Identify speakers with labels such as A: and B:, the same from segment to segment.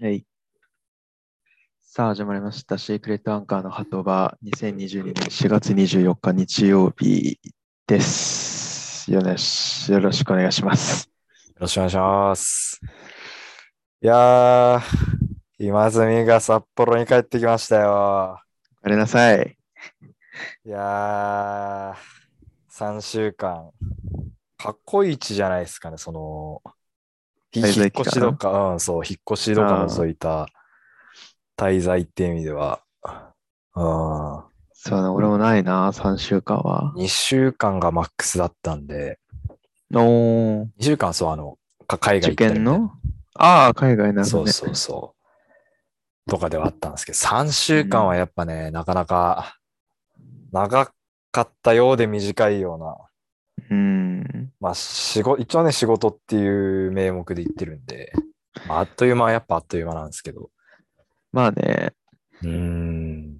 A: はい。さあ、始まりました。シークレットアンカーのハトバ2022年4月24日日曜日です。よねしよろしくお願いします。
B: よろしくお願いします。いやー、今住が札幌に帰ってきましたよ。
A: お帰りなさい。
B: いやー、3週間。過去一じゃないですかね、その、ひ
A: 滞
B: 引っ
A: 在期間
B: 越しとか、うん、そう、引っ越しとか除いた滞在っていう意味では、うん、
A: そうね、俺もないな、3週間は。
B: 2週間がマックスだったんで、
A: おー、
B: 2週間、そう、あの、か海外
A: 受
B: 行った
A: 験
B: りみたいな
A: のああ、海外な
B: そ
A: の
B: う
A: ね。
B: そうそう。とかではあったんですけど、3週間はやっぱね、なかなか長かったようで短いような、
A: うん。
B: まあ仕事、一応ね、仕事っていう名目で言ってるんで、まあ、あっという間はやっぱあっという間なんですけど、
A: まあね、
B: うーん。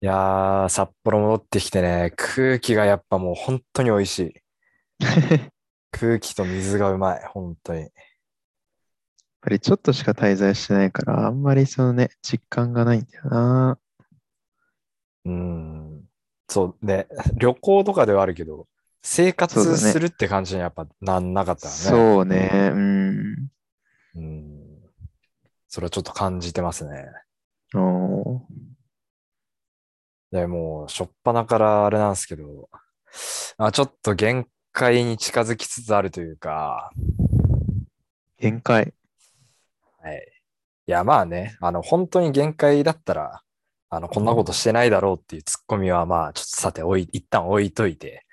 B: いやー、札幌戻ってきてね、空気がやっぱもう本当に美味しい。
A: やっ
B: 空気と水がうまい、本当に。
A: ぱりちょっとしか滞在してないから、あんまりそのね、実感がないんだよな。
B: うーん。そうね、 旅行とかではあるけど、生
A: そうだね
B: 活するって感じにやっぱなんなかったよね。
A: そうね、うん。
B: うん。それはちょっと感じてますね。
A: おー
B: でもう、しょっぱなからあれなんですけど、あ、ちょっと限界に近づきつつあるというか、
A: 限界。
B: はい。いや、まあね、あの、本当に限界だったら、あの、こんなことしてないだろうっていうツッコミは、まあ、ちょっとさて、おい、一旦置いといて、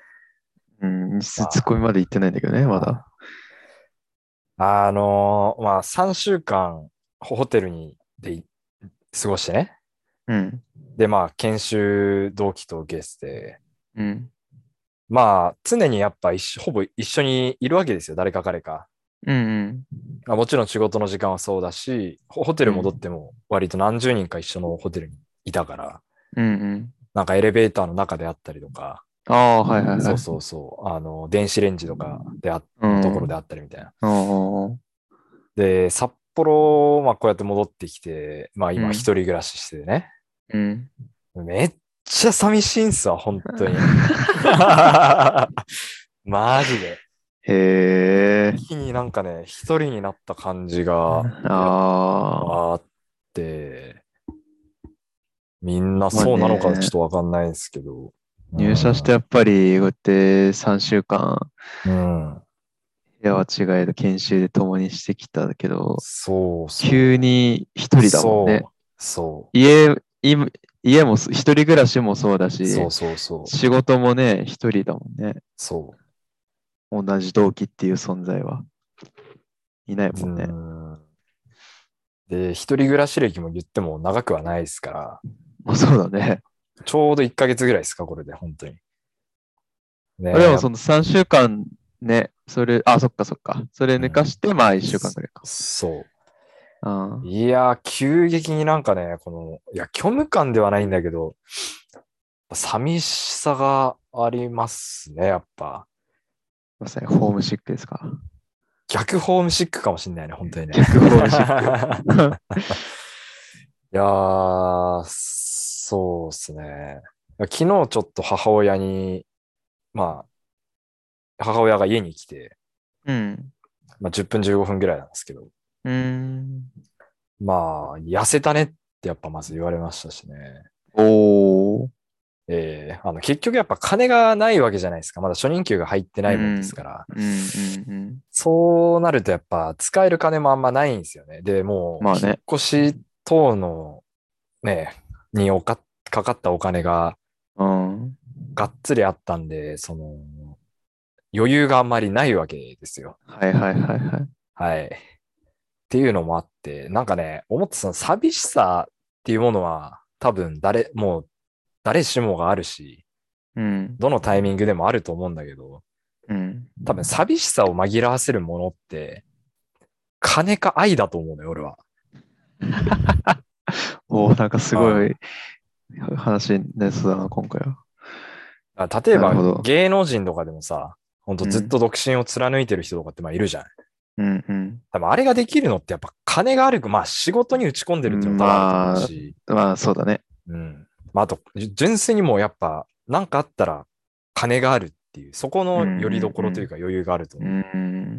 A: うん、実
B: ま
A: 際
B: あ
A: ツッコミまで行ってないんだけどね、まだ。
B: あのーまあ、3週間ホホテルにでい過ごしてね。
A: うん。
B: で、まあ、研修同期とゲストで、
A: うん。
B: まあ、常にやっぱ一緒、ほぼ一緒にいるわけですよ、誰か彼か。
A: うんうん。
B: まあ、もちろん仕事の時間はそうだし、ホホテル戻っても割と何十人か一緒のホテルにいたから、
A: うんうん。
B: なんかエレベーターの中であったりとか、
A: ああ、はいはいはい。
B: そうそうそう、あの、電子レンジとかであ、
A: うん
B: ところであったりみたいな。
A: おー
B: で、札幌、まあ、こうやって戻ってきて、まあ、
A: う
B: 今、
A: ん
B: 一人暮らししてね、
A: うん。
B: めっちゃ寂しいんすわ、本当 に。マジで。
A: へえ。
B: 一気になんかね、一人になった感じが
A: ああ。
B: あって、みんなそうなの
A: まあ
B: か
A: ね
B: ちょっとわかんないんですけど。
A: 入社してやっぱり、こうやって3週間、
B: うん、うん
A: 部屋は違えど研修で共にしてきたけど、
B: そうそう。
A: 急に一人だもんね。
B: そう。
A: 家、今家もす、一人暮らしもそうだし、
B: そうそうそうそう。
A: 仕事もね、一人だもんね。
B: そう。
A: 同じ同期っていう存在は。いないもんね
B: う。んで、一人暮らし歴も言っても長くはないですから、
A: もうそうだね。
B: ちょうど1ヶ月ぐらいですか、これで、本当に。ねえ
A: でもその3週間ね、それ、あ、そっかそっか。それ抜かして、まあ1週間くらいか。
B: そ
A: あ
B: う。いやー、急激になんかね、この、いや、虚無感ではないんだけど、寂しさがありますね、やっぱ。
A: まさにホームシックですか。
B: 逆ホームシックかもしんないね、本当にね。
A: 逆ホームシッ
B: いやー、そうですね。昨日ちょっと母親に、まあ、母親が家に来て、
A: うん。
B: まあ、10分15分ぐらいなんですけど、
A: うーん。
B: まあ、痩せたねってやっぱまず言われましたしね。
A: おー。
B: えーあの結局やっぱ金がないわけじゃないですか。まだ初任給が入ってないもんですから。
A: うんうん
B: そうなるとやっぱ使える金もあんまないんですよね。で、もう、
A: まあね
B: 引っ越し等の、ね、におかかかったお金が
A: うん。うん。
B: がっつりあったんで、その、余裕があんまりないわけですよ。
A: はいはいはいはい。
B: はい。っていうのもあって、なんかね、思ってたの寂しさっていうものは多分誰、もう誰しもがあるし、
A: うん。
B: どのタイミングでもあると思うんだけど、
A: うん。
B: 多分寂しさを紛らわせるものって、金か愛だと思うのよ、俺は。
A: おー、なんかすごい話になりそうだな、今回は。
B: あ例え
A: なるほ
B: ば
A: ど
B: 芸能人とかでもさ、ほんとずっと独身を貫いてる人とかってまあいるじゃん。
A: うんうん。
B: 多分あれができるのってやっぱ金がある、まあ仕事に打ち込んでるっていうのもあるし、
A: まあ、そうだね。
B: うん。まああと、じ純粋にもうやっぱなんかあったら金があるっていう、そこの拠り所というか余裕があると
A: う
B: 思う。
A: ん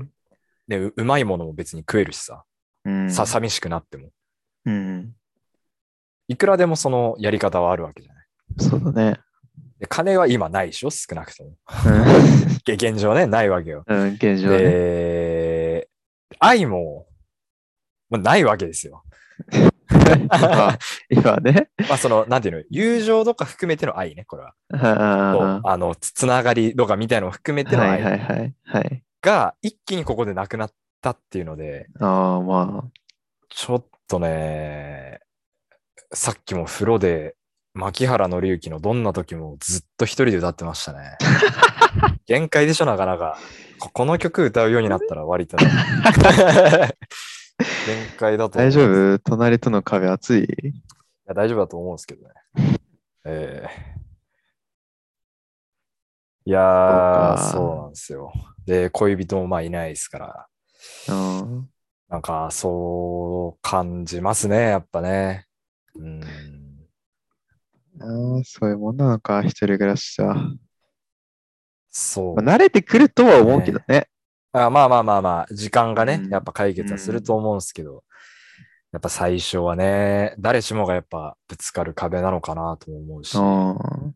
B: でう、うまいものも別に食えるしさ、
A: うん。
B: さ、寂しくなっても。
A: うん。
B: いくらでもそのやり方はあるわけじゃない。
A: そうだ ね。
B: で金は今ないでしょ少なくとも。
A: うん
B: げ現状ね、ないわけよ。
A: うん、現状ね。
B: で、愛も、まあ、ないわけですよ。
A: 今今ね。
B: まあその、なんていうの、友情とか含めての愛ね、これは。
A: あ
B: と
A: ー
B: あの、つつながりとかみたいのを含めての
A: はいは
B: 愛
A: いはい。はい。
B: が一気にここでなくなったっていうので、
A: ああ、ま
B: ちょっとね、さっきも風呂で、牧原紀之のどんな時もずっと一人で歌ってまし たね。限界でしょ、なかなか。ここの曲歌うようになったら割とね。 限界だ
A: あ、
B: と思う
A: 大丈夫隣との壁熱い
B: いや、大丈夫だと思うんですけどね。ええいや
A: そう
B: ー、
A: か
B: そうなんですよ。で、恋人もまあいないですから、
A: うん。
B: なんかそう感じますね、やっぱね。うん。
A: あーそういうもんなのか、一人暮らしは。
B: そう
A: まあ、慣れてくるとは思うけどね。
B: あ。まあまあまあまあ、時間がね
A: う、ん
B: やっぱ解決はすると思うんですけど、やっぱ最初はね、誰しもがやっぱぶつかる壁なのかなとも思うし
A: う、ん。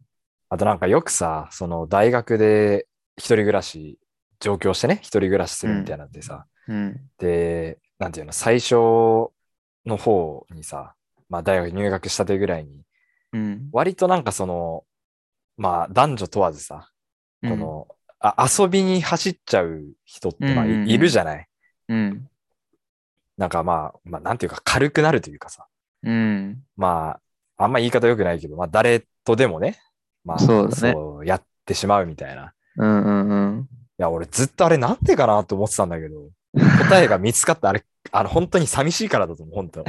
B: あとなんかよくさ、その大学で一人暮らし、上京してね、一人暮らしするみたいなんでさ、
A: うん。
B: で、なんていうの、最初の方にさ、まあ大学入学したてぐらいに、
A: うん。
B: 割となんかその、まあ男女問わずさ、この、あ遊びに走っちゃう人ってまあい,、
A: うんうんうん
B: るじゃない
A: うん。
B: なんかまあ、まあなんていうか軽くなるというかさ、
A: うん。
B: まあ、あんま言い方良くないけど、まあ誰とでもね、まあ
A: そうだね
B: そうやってしまうみたいな。
A: うん。うん。うん。
B: いや、俺ずっとあれなんでかなと思ってたんだけど、答えが見つかったあれ、あの、本当に寂しいからだと思う、本当。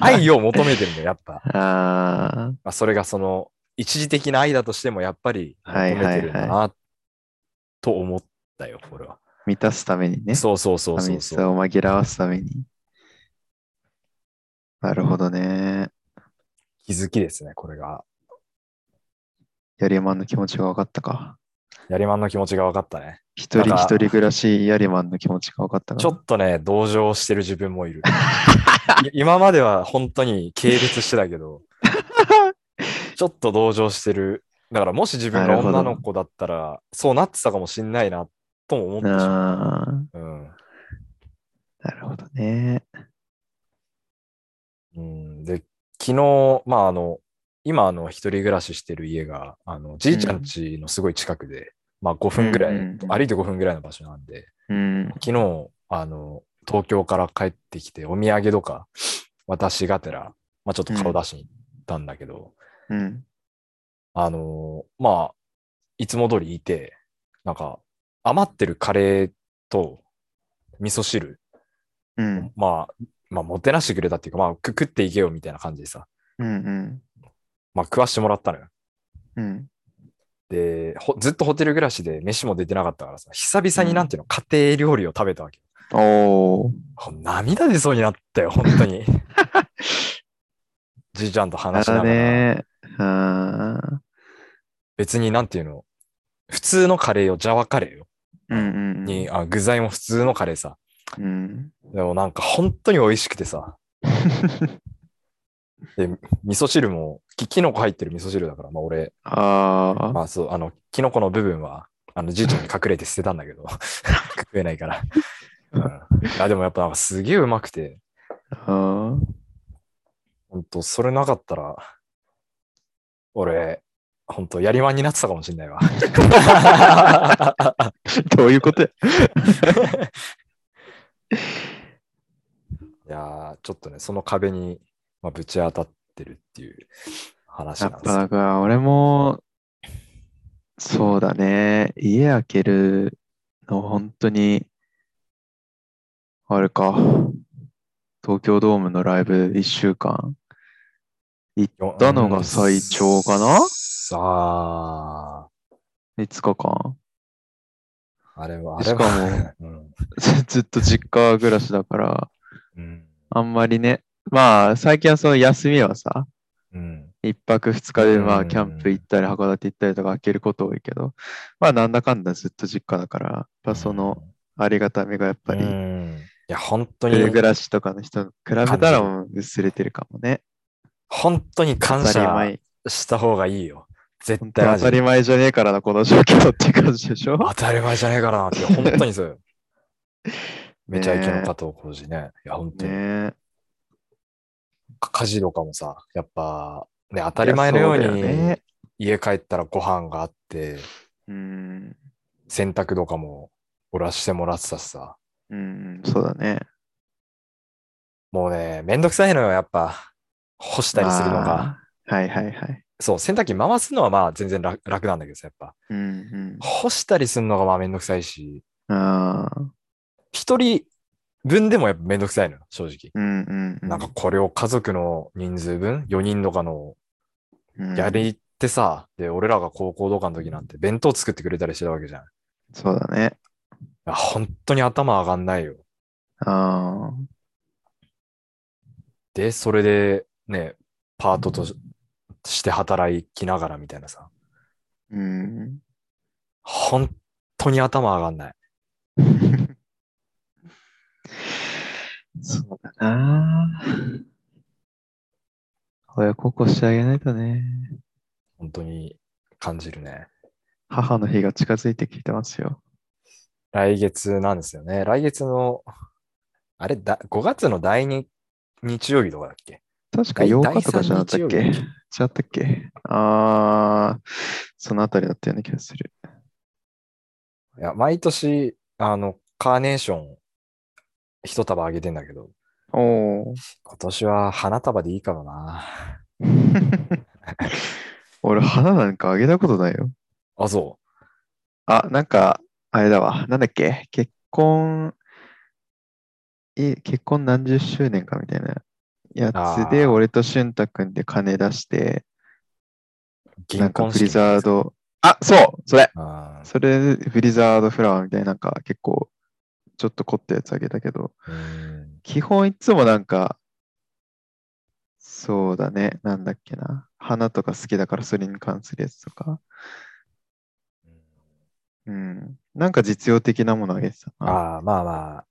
B: 愛を求めてるんだよ、やっぱ。
A: あ
B: まあ、それがその、一時的な愛だとしても、やっぱり求
A: はい
B: め
A: はいはい
B: てるんだな、と思ったよ、俺は。
A: ー満たすためにね。
B: そうそうそうそう
A: 寂し
B: そう。
A: さを紛らわすために。なるほどね。
B: 気づきですね、これが。
A: やりまんの気持ちが分かったか。
B: やりまんの気持ちが分かったね。
A: 一人
B: なんか
A: 一人暮らしやりまんの気持ちが分かったか。
B: ちょっとね、同情してる自分 もいる。い今までは本当に軽蔑してた けど、ちょっと同情してる。だからもし自分
A: な
B: が
A: るほど
B: 女の子だったら、そうなってたかもしんないな、とも思ってしま
A: あー
B: う。うん
A: なるほどね。
B: うん、で、昨日、まああの、今あの、一人暮らししてる家が、あの、じいちゃん家のすごい近くで、まあ5分ぐら
A: う
B: い、
A: んうんうん
B: 歩いて5分ぐらいの場所なんで、
A: うん。
B: 昨日、あの、東京から帰ってきて、お土産とか、私がてら、まあちょっと顔出しに行ったんだけど、
A: うん。
B: あの、まあ、いつも通りいて、なんか、余ってるカレーと、味噌汁、
A: うん。
B: まあ、まあ、もてなしてくれたっていうか、まあ、く食っていけよみたいな感じでさ、
A: うん。
B: まあ、食わしてもらったのよ。
A: うん。
B: で、ほずっとホテル暮らしで飯も出てなかったからさ、久々になんていうの、家庭料理を食べたわけ。
A: おー。
B: ほん涙出そうになったよ、本当 に。じいちゃんと
A: な
B: 話し
A: る
B: ながら、
A: ね。あー
B: 別になんていうの、普通のカレーよ、ジャワカレーよ。
A: うんうんうん。
B: に、あ具材も普通のカレーさ。
A: うん。
B: でもなんか本当に美味しくてさ。で、味噌汁も、き、きのこ入ってる味噌汁だから、まあ俺、
A: あ あ、
B: まあそう、あの、キノコの部分は、あの、じいちゃんに隠れて捨てたんだけど、 食えないから。うん。あ、でもやっぱなんかすげえうまくて、
A: あ
B: ほんと、それなかったら、俺、ほんと、やりまんになってたかもし んないわ。
A: ーどういうことや
B: いやー、ちょっとね、その壁に、まあ、ぶち当たってるっていう話
A: や
B: な
A: っ
B: んです
A: ぱ
B: よ
A: だから俺も、そうだね。家開けるの本当に、あれか。東京ドームのライブ1週間。
B: よ
A: たのが最長かな
B: うんさあ、
A: 5日間。
B: あれは、あれ
A: し
B: は。
A: か
B: うん。
A: ず っと実家暮らしだから、
B: うん。
A: あんまりね、まあ、最近はその休みはさ、
B: うん。
A: 一泊二日でま
B: う
A: あ、
B: ん
A: キャンプ行ったり、函館行ったりとか開けること多いけど、まあ、なんだかんだずっと実家だから、やっぱそのありがたみがやっぱ
B: う
A: り、
B: ん。いや、本当
A: 一
B: に
A: 人、暮らしとかの人に比べたらもう薄れてるかもね。
B: 本当に
A: 当
B: 感
A: たり
B: 謝
A: 前。
B: した方がいいよ。絶
A: 本当
B: 対マ
A: 当
B: ジ
A: た
B: で
A: り前じゃねえからな、この状況って感じでしょ
B: 当たり前じゃねえからなって、本当にそう よ。めちゃイケの加藤浩次 ね。いや、本当に。
A: ねえ。
B: 家事とかもさ、やっぱ、ね、当たり前のよう
A: いやそうだよ
B: に
A: ね
B: 家帰ったらご飯があって、
A: うん。
B: 洗濯とかも俺はしてもらってたしさ。
A: うん、そうだね。
B: もうね、めんどくさいのよ、やっぱ。干したりするのが。
A: まあ。はいはいはい。
B: そう、洗濯機回すのはまあ全然楽楽なんだけどさ、やっぱ。
A: うん
B: 干したりするのがまあめんどくさいし、
A: うん。ああ。
B: 一人分でもやっぱめんどくさいのよ、正直。
A: うんうんうん。
B: なんかこれを家族の人数分、4人とかの
A: うん
B: やりってさ、で、俺らが高校とかの時なんて弁当作ってくれたりしてたわけじゃん。い
A: そうだね。
B: や本当に頭上がんないよ。
A: ああ。
B: で、それでね、パートとしして働きながらみたいなさ、
A: うん。
B: 本当に頭上がんない。
A: そうだな。親孝行してあげないとね。
B: 本当に感じるね。
A: 母の日が近づいてきてますよ。
B: 来月なんですよね。来月の、あれだ、5月の第2日曜日とかだっけ
A: 確か
B: 第
A: 8日とかじゃなかったっけ
B: 第
A: 違
B: 三
A: っ
B: 日曜
A: たっけああ、そのあたりだったような気がする。
B: いや、毎年、あの、カーネーション、一束あげてんだけど、
A: おお。
B: 今年は花束でいいかもな。
A: 俺、花なんかあげたことないよ。
B: あ、そ
A: あ、なんか、あれだわ。なんだっけ結婚、え、結婚何十周年かみたいなやつで、
B: あー
A: 俺と俊太くんで金出して、
B: う。
A: な
B: 銀
A: んか
B: 婚
A: ブ
B: 式
A: リ
B: みたい
A: ザ
B: な
A: ード、あ、そうそれ
B: あー
A: それ、ブリザードフラワーみたいな、なんか結構、ちょっと凝ったやつあげたけど、
B: うん
A: 基本いつもなんか、そうだね、なんだっけな。花とか好きだからそれに関するやつとか。うん。なんか実用的なものあげてたな。
B: あー、まあまあ、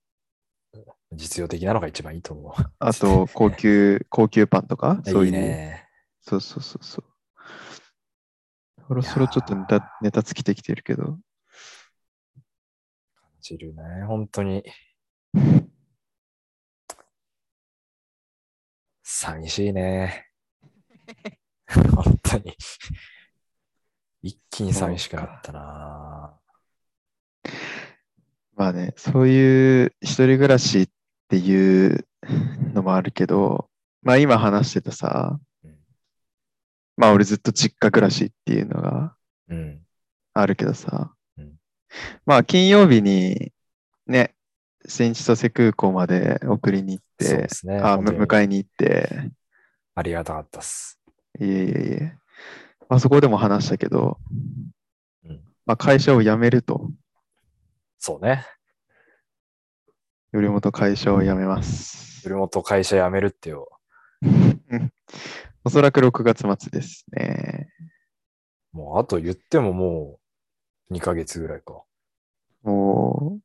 B: 実用的なのが一番いいと思う。
A: あ と、高級、高級パンとか そういう。
B: いいね。
A: そうそうそうそう。そろそろちょっとネ
B: いや
A: タネタ尽きてきてるけど。
B: 感じるね。本当に。寂し いね。本当に。一気に寂しくなったな。
A: まあね、そういう一人暮らしっていうのもあるけど、まあ今話してたさ
B: うん、
A: まあ俺ずっと実家暮らしっていうのが
B: うん。
A: あるけどさ
B: うん。
A: まあ、金曜日に、ね、新千歳空港まで送りに行っ
B: そう
A: て
B: で、すね。
A: あ、
B: 本
A: む
B: 当に
A: 迎えに行って、
B: ありがたかったっす。
A: いえいえいえ。まあ、そこでも話したけど、
B: うん
A: まあ、会社を辞めると、
B: そうね。
A: よりもと会社を辞めます。
B: 古本会社辞めるってよ。
A: おそらく6月末ですね。
B: もうあと言ってももう2ヶ月ぐらいか。
A: も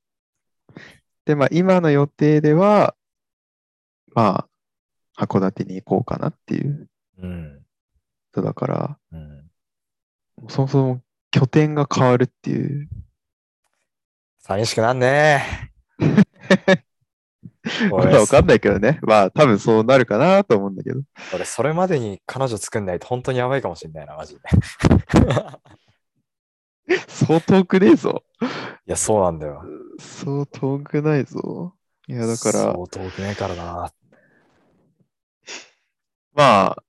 A: う。で、まあ、今の予定では、まあ、函館に行こうかなっていう
B: うん。
A: ことだから、
B: うん。
A: そもそも拠点が変わるっていう。
B: 寂しくなんね
A: ま
B: 俺
A: だわかんないけどね。まあ多分そうなるかなと思うんだけど。
B: 俺、それまでに彼女作んないと本当にやばいかもしれないな、マジで。
A: そう遠くねえぞ。
B: いや、そうなんだよ。
A: そう遠くないぞ。い
B: い
A: やだから、
B: そう遠くないからな。
A: まあ、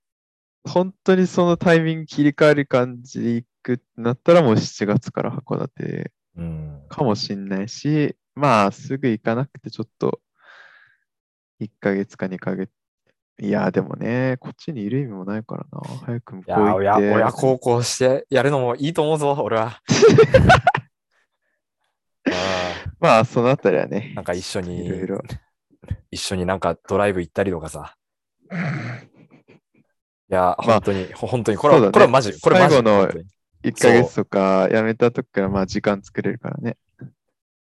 A: 本当にそのタイミング切り替える感じでいくってなったらもう7月から函館
B: うん。
A: かもしんないし、まあすぐ行かなくてちょっと1ヶ月か2ヶ月。いや、でもね、こっちにいる意味もないからな。早く向こ
B: いう
A: 行
B: や、
A: って。
B: 親、親孝行してやるのもいいと思うぞ、俺は。
A: まあ、そのあたりはね
B: なん、か一緒に
A: いろい ろ。
B: 一緒になんかドライブ行ったりとかさ。い
A: ま
B: や、
A: あ
B: 本当に、ほ本当に、これは、
A: そうだね
B: これはマジ、これマジ。
A: 最後の
B: 本当に
A: 1ヶ月とか、やめた時から、まあ、時間作れるからね。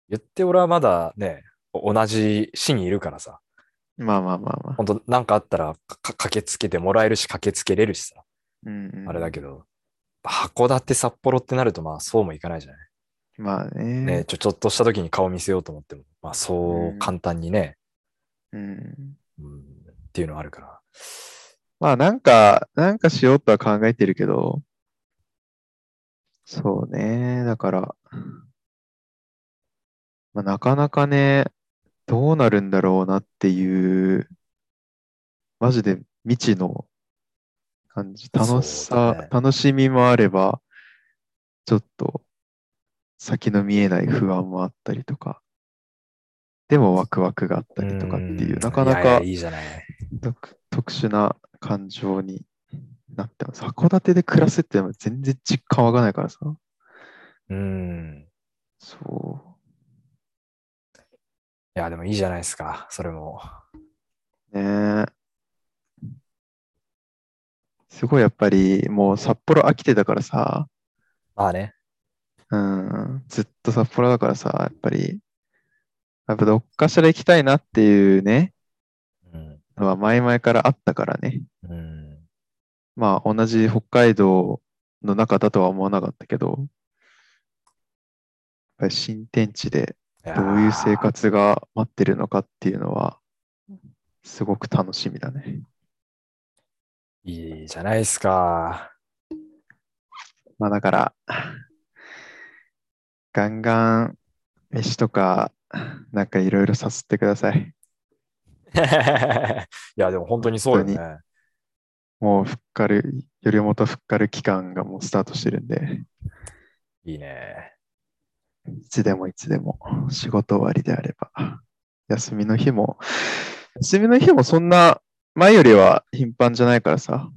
B: 言って俺はまだね、お同じ市にいるからさ。
A: まあまあまあまあ。
B: 本当なんかあったらかか駆けつけてもらえるし、駆けつけれるしさ。
A: うんうん
B: あれだけど、函館、札幌ってなると、まあそうもいかないじゃない。
A: まあね。
B: ね、ちょ、ちょっとした時に顔見せようと思っても、まあそううん簡単にね、
A: うん、
B: うん、っていうのはあるから。
A: まあ、なんか、なんかしようとは考えてるけど、そうね。だから、まあ、なかなかね、どうなるんだろうなっていう、マジで未知の感じ。楽し
B: そう
A: さ、
B: だね
A: 楽しみもあれば、ちょっと先の見えない不安もあったりとか、でもワクワクがあったりとかっていう、
B: ん
A: なかなか
B: いやいやいいじゃない。
A: 特特殊な感情になってます。函館で暮らすって全然実感わかないからさ。
B: うん。
A: そ
B: いや、でもいいじゃないですか、それも。
A: う。ねえすごいやっぱりもう札幌飽きてたからさ、
B: まあね。
A: うん、ずっと札幌だからさ、やっぱり、やっぱどっかしら行きたいなっていうね、
B: うん。
A: のは前々からあったからね。
B: うん。
A: まあ同じ北海道の中だとは思わなかったけど、やっぱり新天地で
B: やー
A: どういう生活が待ってるのかっていうのは、すごく楽しみだね。
B: いいじゃないですか。
A: まあだから、ガンガン飯とか、なんかいろいろ誘ってください。
B: いや、でも本当にそうよね。
A: もうふっかる、よりもとふっかる期間がもうスタートしてるんで、
B: いいね。
A: いつでもいつでも仕事終わりであれば、休みの日も、休みの日もそんな前よりは頻繁じゃないからさ、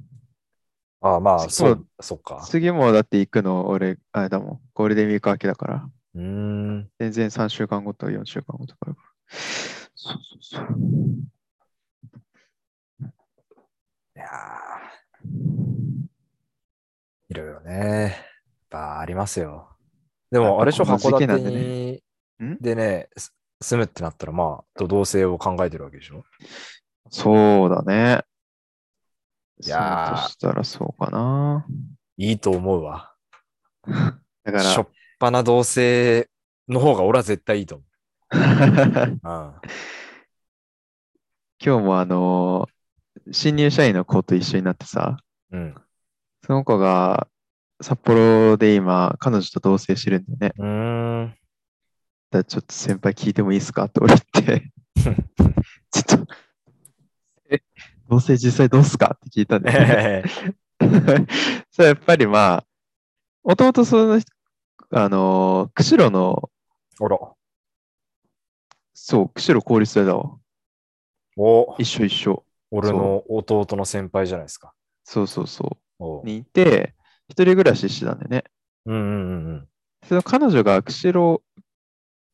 B: ああ、まあ、そ
A: そう
B: う、そっか。
A: 次もだって行くの俺、あれだもん、ゴールデンウィーク明けだから。
B: うーん。
A: 全然3週間後と4週間後とかあるから。そうそうそう。
B: いやーいろいろね、やっぱありますよ。で
A: やっ
B: も、
A: ぱ
B: あれでしょ、
A: この時
B: 函
A: 期な
B: 館
A: んでね
B: に
A: ん
B: でね、す住むってなったら、まあ、と同棲を考えてるわけでしょ。
A: そうだね。
B: いやー
A: そうとしたらそうかな。
B: いいと思うわ。
A: だ
B: しょ
A: か
B: っぱな同棲の方が俺は絶対いいと思
A: ら、
B: う。うん。
A: 今日もあのー新入社員の子と一緒になってさ、
B: うん。
A: その子が札幌で今、彼女と同棲してるんでね。だか
B: うーん。
A: らちょっと先輩聞いてもいいですかって俺言 って、ちょっと、え、同棲実際どうすかって聞いたんだよね。 そうやっぱりまあ、もともとその、あのー、釧路の、
B: ほら。
A: そう、釧路公立大だわ。
B: お、
A: 一緒一緒。
B: 俺の弟の先輩じゃないですか。
A: そうそうそ
B: お
A: う。にいて、一人暮らししてたんだよね。
B: うんうんうんうん。
A: その彼女が釧路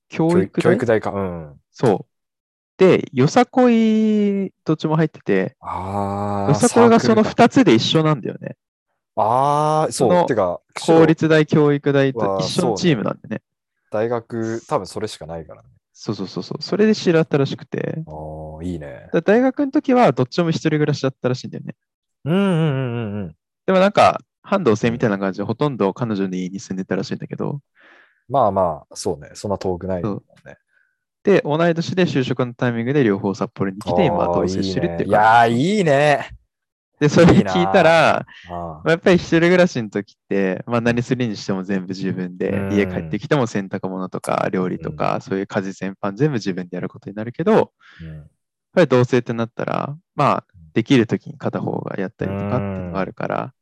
A: 教
B: 教育
A: 育
B: 教
A: 大
B: 育大か。うん。
A: そう。で、よさこい、どっちも入ってて、
B: ああ。
A: よさこいがそ
B: サークル
A: の
B: か
A: 2つで一緒なんだよね。
B: ああ、そ。
A: そうの
B: てか、
A: 公立大、教育大と
B: は
A: 一緒のチームなんでね。
B: 大学、多分それしかないからね。
A: そうそうそうそう。それで知り合ったらしくて、だか
B: ああ、いいね。
A: ら大学の時はどっちも一人暮らしだったらしいんだよね。
B: うんうんうんうんうん。
A: でもなんか、半同棲みたいな感じで、ほとんど彼女の家に住んでたらしいんだけど、
B: まあまあ、そうね。そんな遠くないもんね。
A: で、同い年で就職のタイミングで両方札幌に来て、今
B: あー
A: 同棲してるって
B: い
A: いう
B: ね。いや
A: か。
B: ー、いいね。
A: で、それ
B: いいな
A: 聞いたら、
B: あ
A: まあやっぱり一人暮らしの時って、まあ何するにしても全部自分で
B: う、ん
A: 家帰ってきても洗濯物とか料理とか、そういう家事全般全部自分でやることになるけど、やっ
B: ーうん
A: ぱり同棲ってなったら、まあできる時に片方がやったりとかっていうのがあるから、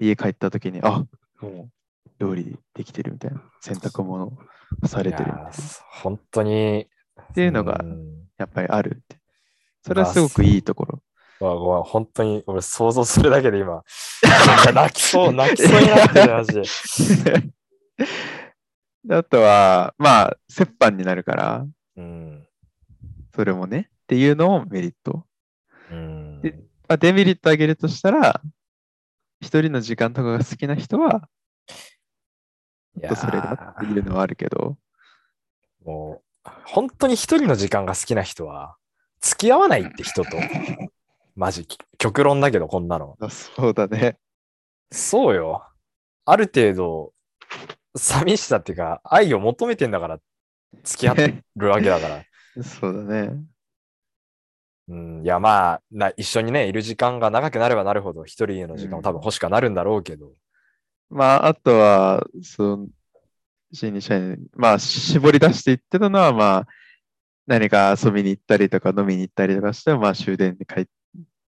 A: 家帰った時に、あ、もう料理できてるみたいな、洗濯物されてるみたい
B: いや
A: な。
B: ー本当に。
A: っていうのが
B: ん
A: やっぱりあるって。それはすごくいいところ。
B: うわごめん、本当に、俺想像するだけで今、 なんか泣きそう、泣きそうになってる、マジで。
A: で あとは、まあ、折半になるから、
B: うん。
A: それもね、っていうのもメリット。
B: うん。
A: でまあ、デメリットあげるとしたら、一人の時間とかが好きな人は、
B: いや
A: とそれがっていう
B: ー
A: のはあるけど、
B: もう、本当に一人の時間が好きな人は、付き合わないっ て人と、マジ、極論だけど、こんなの。
A: あそうだね。
B: そうよ。ある程度、寂しさっていうか、愛を求めてんだから、付き合ってるわけ だから。
A: そうだね。
B: うん、いや、まあな、一緒にね、いる時間が長くなればなるほど、一人の時間も多分欲しくはなるんだろうけど、
A: まあ、あとは、その、新入社員、まあ、絞り出していってたのは、まあ、何か遊びに行ったりとか飲みに行ったりとかして、まあ、終電で帰っ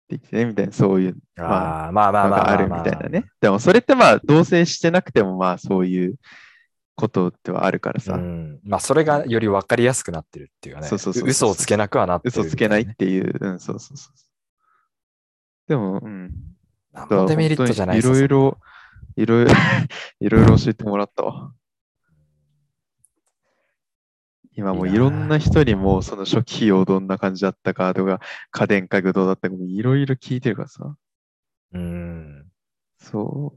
A: てきてね、みたいな、そういうま
B: あーまあまあ
A: の
B: まあまあ
A: があるみたいなね。でも、それってまあ、同棲してなくても、まあ、そういうことではあるから
B: う
A: さ、
B: ん、まあ、それがより分かりやすくなってるっていうかね。
A: そうそうそうそう
B: 嘘をつけなくはなってる
A: 嘘つけない
B: み
A: ったていう、うん、そうそうそう。でも、うん。
B: な
A: だ
B: ね。なん
A: から
B: もデメリットじゃない
A: 本当にいろい
B: ろ。
A: ろ、いろい ろ、いろいろ教えてもらったわ。今もういろんな人にもその初期費用どんな感じだったかとか、家電家具どうだったかもいろいろ聞いてるからさ。
B: うん。
A: そ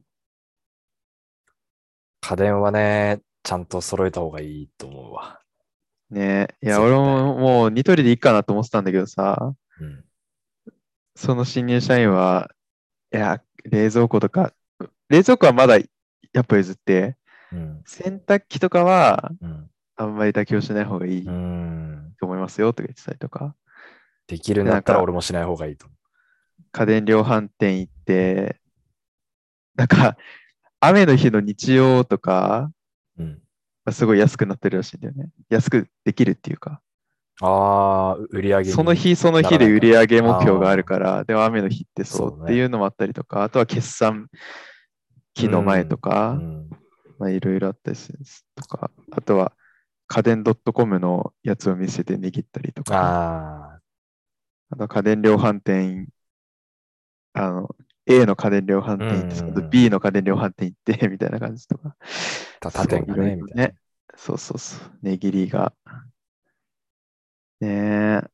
B: 家電はね、ちゃんと揃えた方がいいと思うわ。
A: う。ねえ。いや、
B: 絶対
A: 俺ももうニトリでいいかなと思ってたんだけどさ、
B: うん、
A: その新入社員は、いや、冷蔵庫とか、冷蔵庫はまだやっぱ譲って、
B: うん、
A: 洗濯機とかは
B: うん。
A: あんまり妥協しない方がいいと
B: うん。
A: 思いますよとか言ってたりとか。
B: できるんだった
A: なん
B: ら
A: か
B: 俺もしない方がいいと思
A: 家電量販店行って、なんか、雨の日の日曜とか、
B: う。うん、
A: まあすごい安くなってるらしいんだよね。安くできるっていうか、
B: ああ、売り上げに
A: その日その日で売り上げ目標があるから、でも雨の日ってそ
B: そう
A: う
B: ね
A: っていうのもあったりとか、あとは決算期の前と
B: う
A: か、
B: ん
A: まあいろいろあったりするんですとか、あとは家電 .com のやつを見せて握ったりとか。
B: ああ、
A: あの家電量販店、あの、A の家電量販店行って、
B: うんうんうん
A: 今度 B の家電量販店行って、み たいな感じとか。
B: た他店が
A: そうい
B: ね、
A: ろいろ
B: みたいな。
A: そうそうそう。値切りが。ねえ。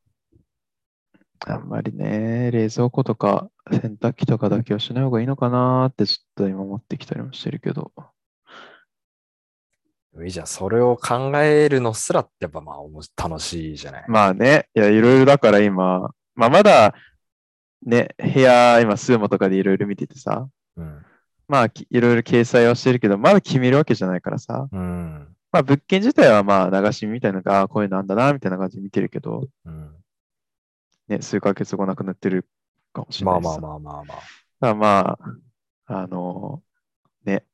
A: あんまりね、冷蔵庫とか洗濯機とかだけはしない方がいいのかなーってちょっと今思ってきたりもしてるけど。
B: いいじゃん、それを考えるのすらってやっぱまあおもし楽しいじゃない。
A: まあね、いや、いろいろだから今、まあまだ、ね、部屋、今、スーモとかでいろいろ見ててさ、
B: うん。
A: まあ、きいろいろ掲載はしてるけど、まだ決めるわけじゃないからさ。
B: うん。
A: まあ、物件自体はまあ、流し見みたいなのが、ああ、こういうのあんだな、みたいな感じで見てるけど、
B: うん
A: ね、数ヶ月後なくなってるかもしれ
B: ま
A: な
B: あ
A: いしさ。
B: まあまあまあまあ。
A: あまあ。まあ、あのーね、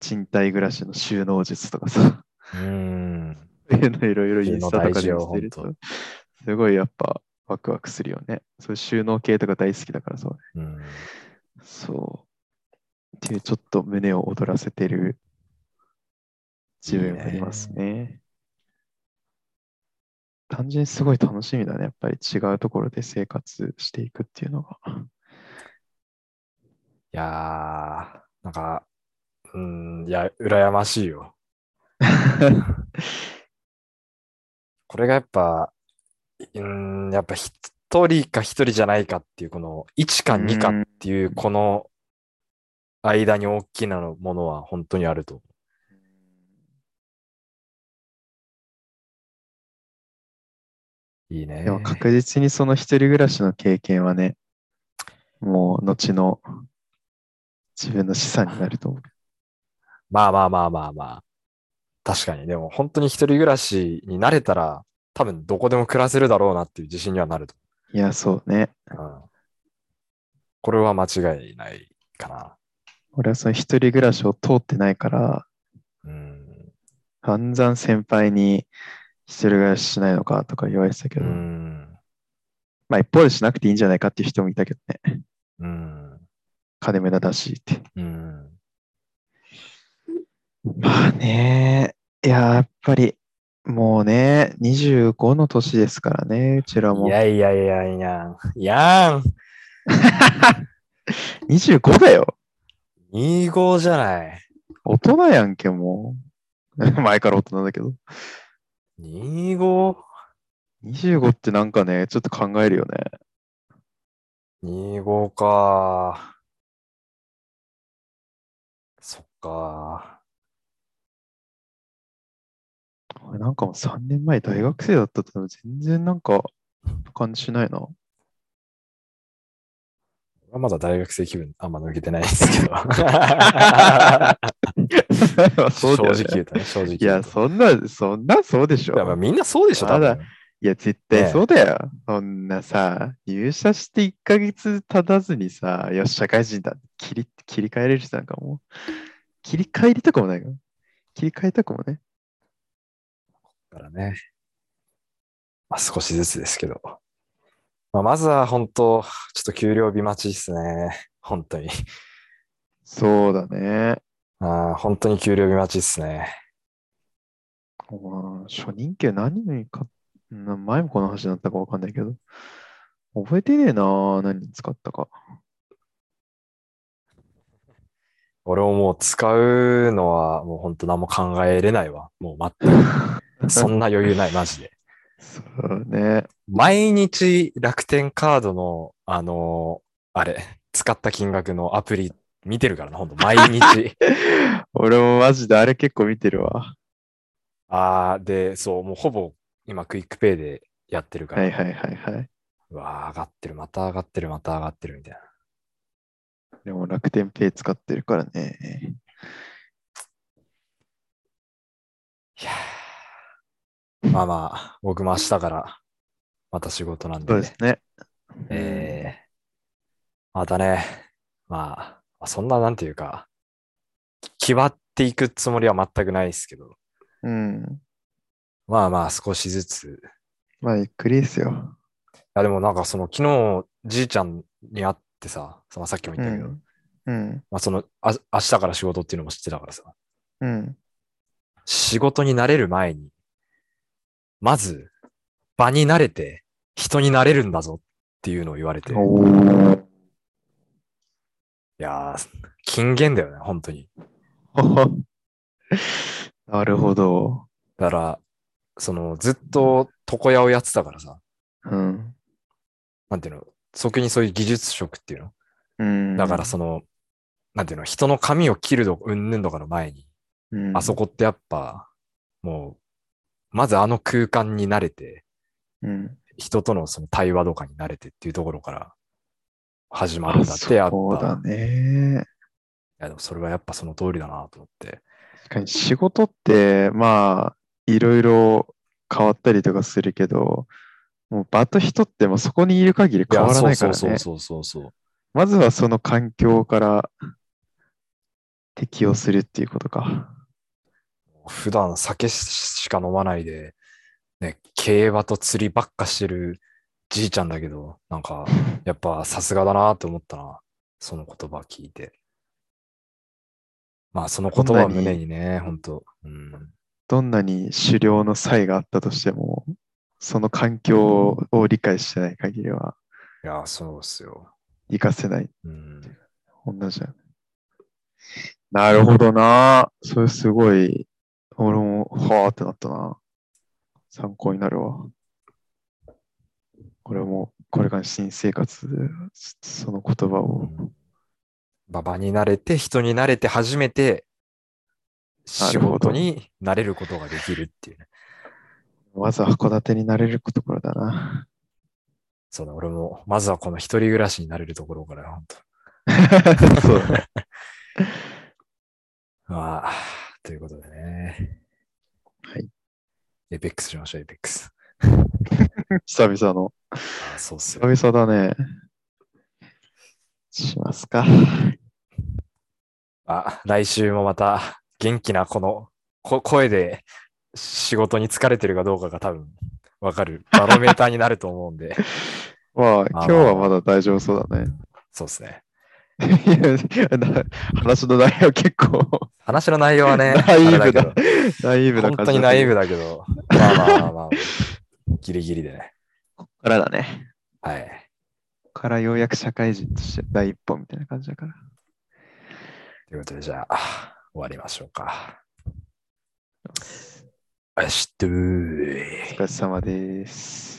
A: 賃貸暮らしの収納術とかさ、
B: うん。
A: そういうのいろいろインスタとか
B: 収
A: で
B: 納大事よ
A: 見てると
B: ほん、
A: すごいやっぱワクワクするよね。そういう収納系とか大好きだからさ、俺
B: うん
A: そう。っていう、ちょっと胸を躍らせてる自分がいますね。単純にすごい楽しみだね。やっぱり違うところで生活していくっていうのが。
B: いやー、なんか、うん、いや、羨ましいよ。これがやっぱ、うん、やっぱ一人か一人じゃないかっていう、この1か2かっていう、この間に大きなものは本当にあると思う。いいね
A: で。も確実にその一人暮らしの経験はね、もう後の自分の資産になると思う。
B: まあまあまあまあまあ。確かに、でも本当に一人暮らしになれたら、多分どこでも暮らせるだろうなっていう自信にはなると
A: いや、そうね。
B: 思う。うん、これは間違いないかな。
A: 俺はその一人暮らしを通ってないから、
B: うん。
A: 散々先輩に一人暮らししないのかとか言われてたけ
B: う
A: ど、
B: ん。
A: まあ一方でしなくていいんじゃないかっていう人もいたけどね。
B: うん。
A: 金目だだしって。
B: うん。
A: まあね、いや、やっぱりもうね、25の年ですからね、うちら
B: い
A: も。
B: やいやいやいや、やん。
A: 25だよ
B: 25じゃない。
A: 大人やんけ、も 前から大人だけど。
B: 25?25
A: 25ってなんかね、ちょっと考えるよね。
B: か。そっか。
A: 俺なんかもう3年前大学生だったと全然なんか感じしないな。
B: 俺はまだ大学生気分あんま抜けてないです けど。
A: そうだ
B: 正
A: よね
B: 直言うとね、正直
A: い
B: 言う
A: や、
B: と。
A: そんな、そんなそうでし
B: いやまあ
A: ょ。
B: みんなそうでしょ、多
A: まだ
B: 分。
A: いや、絶
B: ね
A: 対
B: え
A: そうだよ。そんなさ、入社して1ヶ月経たずにさ、よし、社会人だ。切り切り替えれるしなんかもう。切り替えりたくもないから。切り替えたくもね。
B: だからね。まあ少しずつですけど。まあまずは本当、ちょっと給料日待ちですね。本当に。
A: そうだね。
B: あー本当に給料日待ちですね。
A: まあ、初任給何にか、な前もこの話になったかわかんないけど、覚えてねえな、何に使ったか。
B: 俺ももう使うのはもう本当何も考えれないわ。もう全く。 そんな余裕ない、マジで。
A: そうね。
B: 毎日楽天カードの、あのーあれ、使った金額のアプリ見てるからな、ほんと、毎 日。
A: 俺もマジであれ結構見てるわ。
B: ああ、で、そう、もうほぼ今、クイックペイでやってるから、
A: はいはいはいはい。
B: うわー、上がってる、また上がってる、また上がってるみたいな。
A: でも楽天ペイ使ってるからね。
B: いやーまあまあ、僕も明日から、また仕事なんで
A: そう
B: ね、
A: ですね。
B: えーまたね、まあ、まあそんな、なんていうか、気張っていくつもりは全くないですけど、
A: うん。
B: まあまあ、少しずつ、
A: まあ、ゆっくりですよ。
B: いやでもなんかその昨日じいちゃんに会ってさ、そのさっきも言ったけ
A: う
B: ど、
A: ん。うん。
B: まあそのあ明日から仕事っていうのも知ってたからさ、
A: うん。
B: 仕事に慣れる前に、まず場に慣れて人になれるんだぞっていうのを言われて、い
A: おー
B: やー、金言だよね、本当に。
A: なるほど。
B: だから、そのずっと床屋をやってたからさ、
A: うん。
B: なんていうの、即にそういう技術職っていうの。
A: うん。
B: だからその、なんていうの、人の髪を切るとうんぬんとかの前に、
A: うん、
B: あそこってやっぱ、もう、まずあの空間に慣れて、
A: うん。
B: 人とのその対話とかに慣れてっていうところから始まるんだって、やっぱ。
A: そうだ
B: い
A: ね。
B: や、でもそれはやっぱその通りだなと思って。
A: 確かに仕事ってまあいろいろ変わったりとかするけどもう場と人ってもうそこにいる限り変わらないから
B: そうそ
A: ね
B: うそうそうそうそう。
A: まずはその環境から適応するっていうことか
B: 普段酒しか飲まないで、ね、競馬と釣りばっかしてるじいちゃんだけど、なんか、やっぱさすがだなと思ったな。その言葉聞いて。まあ、その言葉を胸にね、本当うん。
A: どんなに狩猟の才があったとしてもその環境を理解してない限りはい
B: や、そうっすよ。
A: 活かせない
B: うん。
A: 同じだねなるほどなそれすごい俺もはーってなったな参考になるわ俺もこれから新生活そその言葉を
B: 馬場に慣れて、人に慣れて、初めて
A: な
B: 仕
A: るほど
B: 事に慣れることができるっていうね。
A: まずは函館になれるところだな
B: そうだ、俺も、まずはこの一人暮らしになれるところから、本 当
A: そうだね
B: まあ、ということでね。
A: はい。
B: エペックスしましょう、エペックス。
A: 久々の
B: あそうっすよ。
A: 久々だねしますか
B: あ、来週もまた元気なこのこ声で仕事に疲れてるかどうかが多分わかるバロメーターになると思う んで、
A: まあ今日はまだ大丈夫そうだね
B: そうですね。
A: いやな話の内容結構
B: 話の内容はね、
A: ナイーブだ
B: あれけ
A: ナイーブ
B: ど
A: な
B: 本
A: 感
B: 当
A: じ
B: に
A: だ
B: ナ
A: け
B: イー
A: ど
B: ブだけど、まあまあまあまあ、 ギリギリでね。
A: からだね。
B: はい。
A: からようやく社会人として第一歩みたいな感じだから。
B: ということで、じゃあ、終わりましょうか。明日。
A: お疲れ様です。